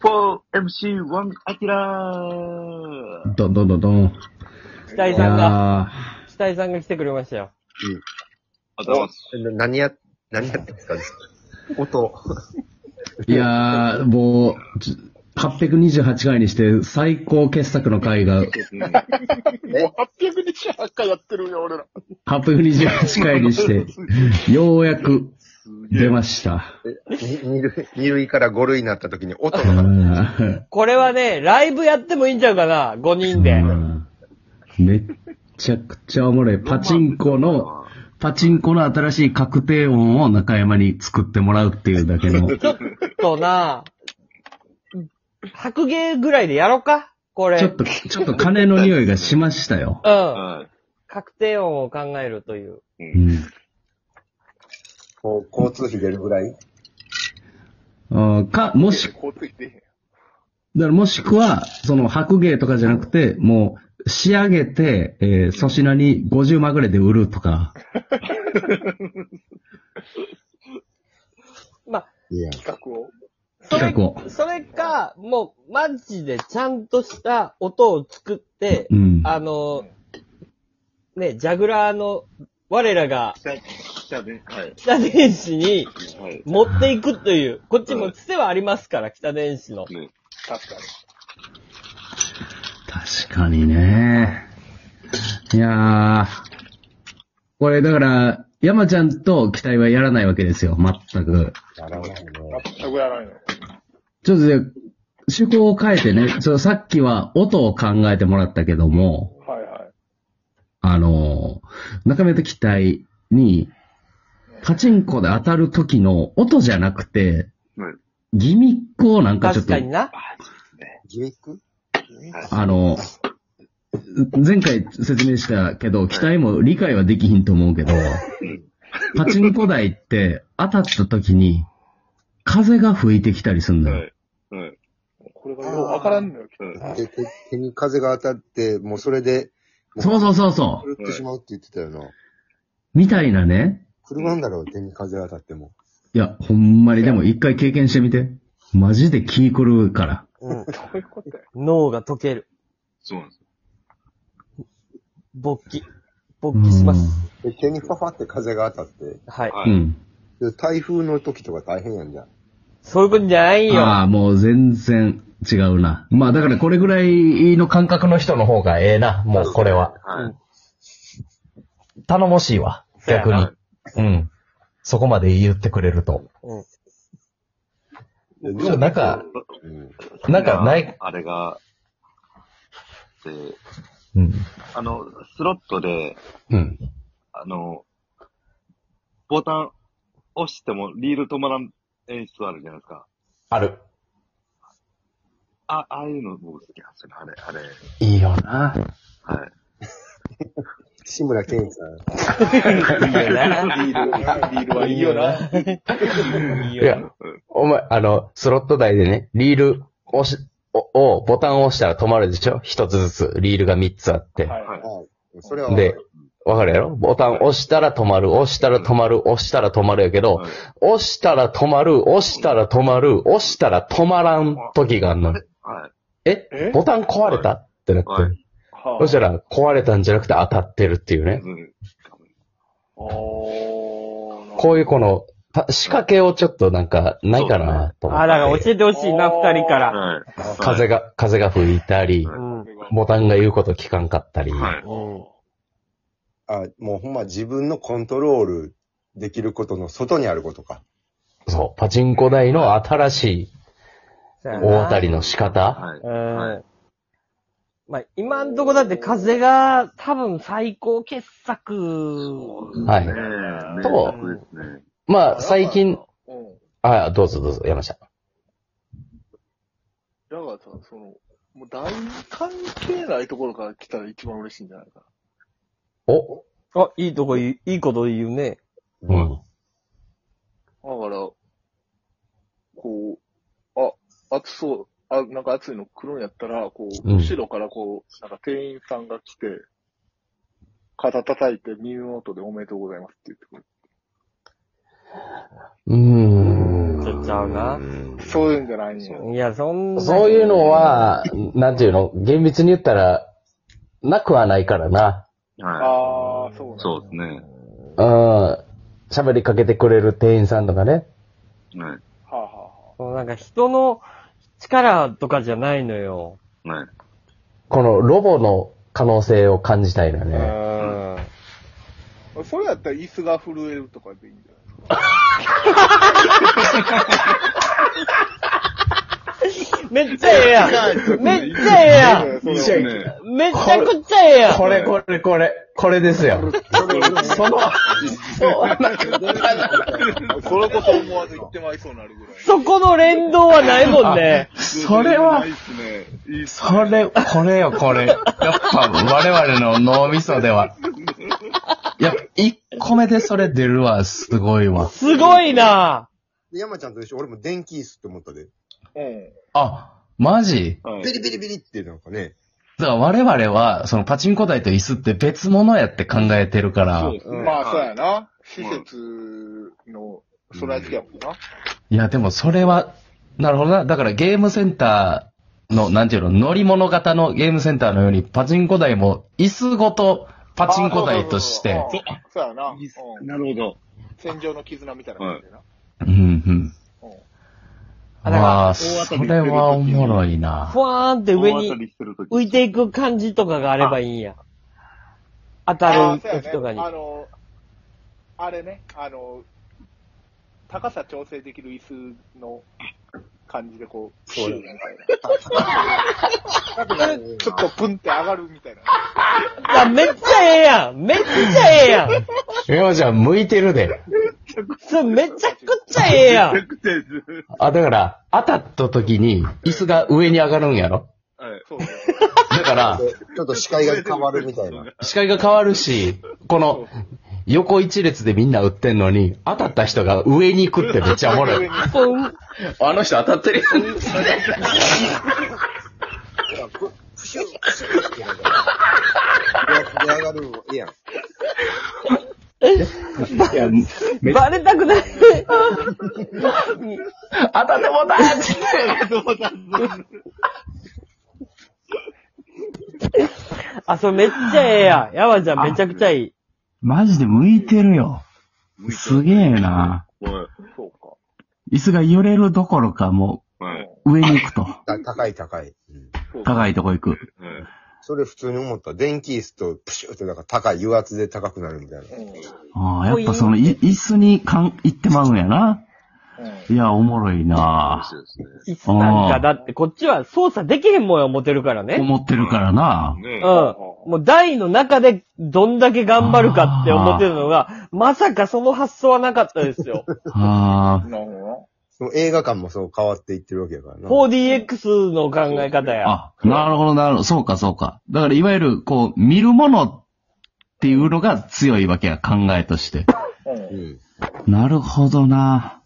4MC1 アキラどんどんどんどん。期待いさんが、や期待さんが来てくれましたよ。あ何や、何やってんですかね音。ー、いやー、もう、じ828回にして最高傑作の回が、もう828回やってるよ、俺ら。 828回にして、ようやく出ました。に二類、二類から五類になった時に音うの、んこれはね、ライブやってもいいんちゃうかな ?5 人で。うんめっちゃくちゃおもろい。パチンコの、パチンコの新しい確定音を中山に作ってもらうっていうだけの。ちょっとな、白芸ぐらいでやろうかこれ。ちょっと、ちょっと金の匂いがしましたよ。うん。はい。確定音を考えるという。うんこう交通費出るぐらいうん。か、もし、交通費で。だからもしくは、その白芸とかじゃなくて、もう仕上げて、えー粗品に50万ぐらいで売るとか。まあ、いや。企画を。それ企画、をそれか、もう、マジでちゃんとした音を作ってう、ん。あの、ね、ジャグラーの、我らが、来た、来たね。はい。北電子にはい。持っていくという、こっちもつてはありますから、北電子の。ね。確かに。確かにね。いやー。これだから、山ちゃんと期待はやらないわけですよ、全く。ならないね。全くやらないの。ちょっとで、趣向を変えてね、 ちょさっきは音を考えてもらったけども、はいはい。あのー中目と期待に、パチンコで当たる時の音じゃなくて、うんギミックをなんかちょっ確とか、にな。ギミックあの、前回説明したけど、期待も理解はできひんと思うけど、パチンコ台って当たった時に、風が吹いてきたりすんだよ。はい。これがようわからんのよ。はで手手に風が当たって、もうそれで、そうそうそうそう。狂ってしまうって言ってたよな。みたいなね。車んだろう、手に風が当たっても。いや、ほんまにでも一回経験してみて。マジで気狂るから。うん。どういうことや。脳が溶ける。そうなんです勃起。う勃ん起します。で手にファファって風が当たって、はい。はうい。ん。で台風の時とか大変やんじゃん。そういうことじゃないよ。ああ、もう全然違うな。まあだからこれぐらいの感覚の人の方がええな、もうこれは。はい。頼もしいわ、逆に。うん。そこまで言ってくれると。でなんか、うん。なんかない、あれが、で、うん。あの、スロットで、うん。あの、ボタン押してもリール止まらん演出あるじゃないですか。ある。あ、ああいうの僕好きなんですよね。あれ、いいよな。あれ。はい。志村けんさん。いいよな。ビール、ビールはいいよな。いいいよや、お前、あの、スロット台でね、リール押し、を、をボタンを押したら止まるでしょ一つずつ、リールが三つあって。はい。はい。それは、で、わかるやろボタン押したら止まる、押したら止まる、押したら止まるやけど、押したら止まる、押したら止まる、押したら止まらん時があんの。はい。ええボタン壊れたってなって。はい。はそしたら、壊れたんじゃなくて当たってるっていうね。うんおー。こういうこの、た仕掛けをちょっとなんか、ないかなと思って。あ、だから教えてほしいな、お二ー人から。はい。風が、風が吹いたり、うん。ボタンが言うこと聞かんかったり。はい。あ、もうほんま自分のコントロールできることの外にあることか。そう、パチンコ台の新しい大当たりの仕方。はい。うはん。まあ、今んとこだって風が多分最高傑作。はい。ねえ、と名作ですね。まあ、最近、うん。あ、どうぞどうぞ、山下。だからさ、その、もう大関係ないところから来たら一番嬉しいんじゃないかお、あ、いいとこ言う、いいこと言うね。うん。な。だから、こう、あ、暑そう、あ、なんか暑いの来るんやったら、こう、うん後ろからこう、なんか店員さんが来て、肩叩いて耳元でおめでとうございますって言ってくる。うーん。ちょっとゃうな。そういうんじゃないんや。いや、そんな。そういうのは、なんていうの、厳密に言ったら、なくはないからな。は。ああ、そうないんそうですね。うん。喋りかけてくれる店員さんとかね。ははあ、はそのなんか人の力とかじゃないのよ。い。はい。このロボの可能性を感じたいのようね。ん。あはあ、それやったら椅子が震えるとかでいいんじゃないですか。めっちゃええやん。めっちゃええやそうですね。ん。めちゃくちゃええやん。れこれこれ、これですよ。その、それこそ思わず言ってまいそうになるぐらい。そこの連動はないも んね。それはない、っすね。いいっすね。それ、これよ、これ。やっぱ、我々の脳みそでは。いや、1個目でそれ出るわ、すごいわ。すごいな山ちゃんと一緒、俺も電気椅子って思ったで。うん。あ、マジはいビリビリビリってなんかね。だから我々は、そのパチンコ台と椅子って別物やって考えてるから、そうですね。まあ、そうはいやな。施設の備え付けやもんな。いや、でもそれは、なるほどな。だからゲームセンターの、なんていうの、乗り物型のゲームセンターのように、パチンコ台も椅子ごとパチンコ台として、あ。そうそうそうそうやな。いいっすうんなるほど。戦場の絆みたいな感じでな。うんうんうん。あだからわあ、それはおもろいなぁ。。ふわーんって上大当たにりしてるとき。浮いていく感じとかがあればいいんや。当たあるーそうやね時とかに。あの、あれね、あの、高さ調整できる椅子の感じでこう、そうやねみたい な。なんかちょっとプンって上がるみたいな。いや、めっちゃええやんめっちゃええやん山ちゃん、向いてるで。それめちゃくちゃええやんあ、だから、当たった時に、椅子が上に上がるんやろそうね。だから、でちょっと視界が変わるみたいな。視界が変わるし、この、横一列でみんな打ってんのに、当たった人が上に行くってめっちゃおもろい。ポン あの人当たってるやん。プシュープシューってなんか。で上がるのもいいやん。いや、めっちゃバレたくない 当たってもうたーってあ、それめっちゃええやん山ちゃんめちゃくちゃいい。マジで向いてるよ。すげえな。はそうか。椅子が揺れるどころか、もい。はい。う上に行くと。た高い高い。うんそうか。高いとこ行く。はい。それ普通に思った。電気椅子とプシューってなんか高い、油圧で高くなるみたいな。うん。うん。ああ、やっぱその、い椅子にかん行ってまうんやな。いや、おもろいな。そうですね。椅子なんかだってこっちは操作できへんもんや思ってるからね。思ってるからな。ねうえん。もう台の中でどんだけ頑張るかって思ってるのが、まさかその発想は なかったですよ。ああ、なるほその映画館もそう変わっていってるわけやからな。 4DX の考え方や。あ、なるほど、なるほど。そうか、そうか。だから、いわゆる、こう、見るものっていうのが強いわけや、考えと して。どな。うんう。ん。なるほどな。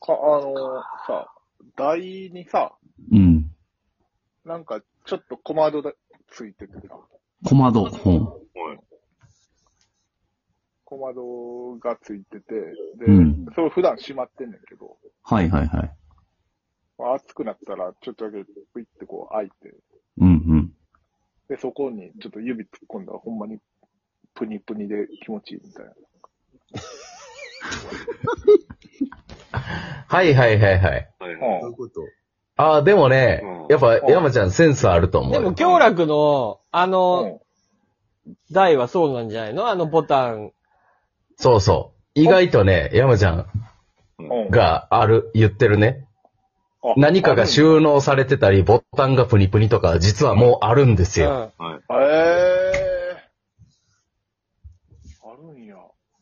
か、あのさ、台にさ、うん。なんか、ちょっと小窓がついててさ、小窓、本。小窓がついてて、で、うんそれ普段閉まってんねんけど、はい、はい、はい。まあ暑くなったら、ちょっとだけプイってこう開いて、うん、うん。で、そこにちょっと指突っ込んだら、ほんまに、プニプニで気持ちいいみたいな。はいはいはいはい。はい。そういうこと。 ああ、でもね、やっぱ山ちゃんセンスあると思うでよ。も、京楽の、あの、ん。台はそうなんじゃないのあのボタン。そうそう。意外とね、山ちゃんうん。がある、言ってるね。あ何かが収納されてたり、ボタンがプニプニとか、実はもうあるんですうよ。ん。はい。あるんやえー。あるんや。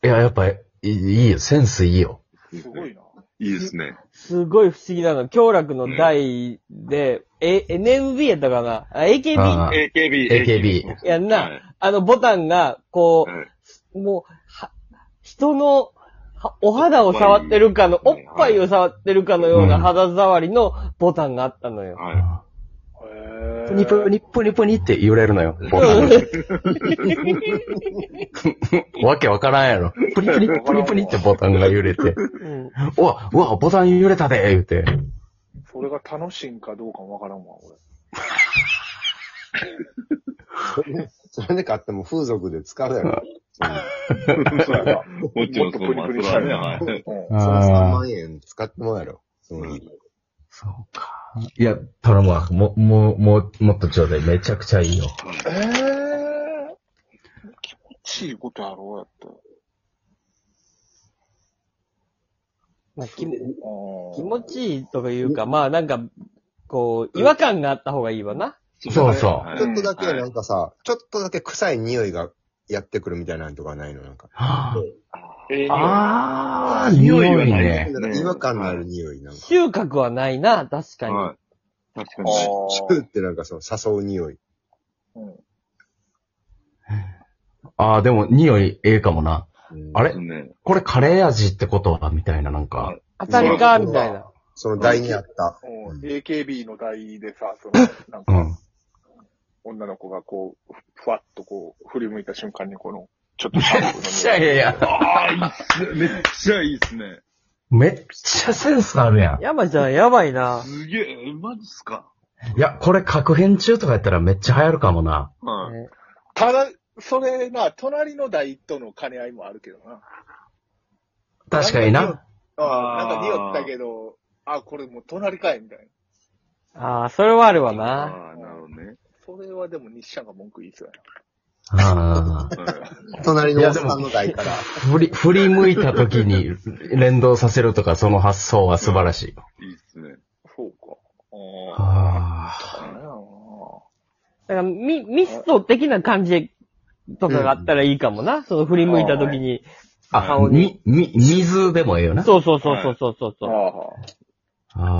いや、やっぱ、いいいいよ、センスいいよ。すごいな。いいですね。すごい不思議なの。京楽の台で、え、NMB やったかなあ ?AKB? ああ AKB。 AKB やんな、はいあのボタンが、こう、はいもう、は、人の、はお肌を触ってるかの、おおっっぱぱいいを触ってるかのような肌触りのボタンがあったのよ。はえへプニプニプニプニって揺れるのよ。ボタン がうわけわからんやろ。プニプニプニプニってボタンが揺れて。ん。うわ、うわ、ボタン揺れたで言うて。それが楽しいんかどうかもわからんわ、俺。それで買っても風俗で使うやろ。もちろんそう、まあ、それはね、はい。う その3万円使ってもらうやろ。うん。そうか。いや、頼むわ。も、もう、もう、もっとちょうだい。めちゃくちゃいいよ。ん。ええ気持ちいいことやろ、やって。まあ気も気気持ちいいとかいうか、まあなんか、こう、違和感があった方がいいわな。そうそはちょっとだけいなんかさ、ちょっとだけ臭い匂いがやってくるみたいなんとかないのなんか。ええあー、匂いはね。なんか違和感のある匂いなんか。嗅覚はないな、確かに。はい。確かあに。シーューってなんかその誘う匂い。うんあー、でも匂いええかもな。うんあれそうね。これカレー味ってことはみたいな、なんか。当たりか、みたいな。その台にあった。ううんん AKB の台でさ、その、なんうか、ん。女の子がこう、ふふわっとこう、振り向いた瞬間にこの、ちょっとシャンプーの匂い。いやいや。ああ、いいっすね。めっちゃいいっすね。めっちゃセンスあるやん。山ちゃん、やばいな。すげえ、マジっすか。いや、これ核変中とかやったらめっちゃ流行るかもな。はい。ただ、それな、隣の台との兼ね合いもあるけどな。確かにな。あーああ、なんか匂ったけど、あ、これもう隣かい、みたいな。ああ、それはあるわな。ああ、なるほどね。それはでも日社が文句言いそうやああ。はい隣のおっさんの台から。振り、振り向いた時に連動させるとか、その発想は素晴らしい。いいっすね。な。そうか。あああ。なんやろだから、ミ、ミスト的な感じで、とかがあったらいいかもな。その振り向いた時に。あ。あ、み、み、水でもええよな。そうそうそうそうそうそうなそう。ああ。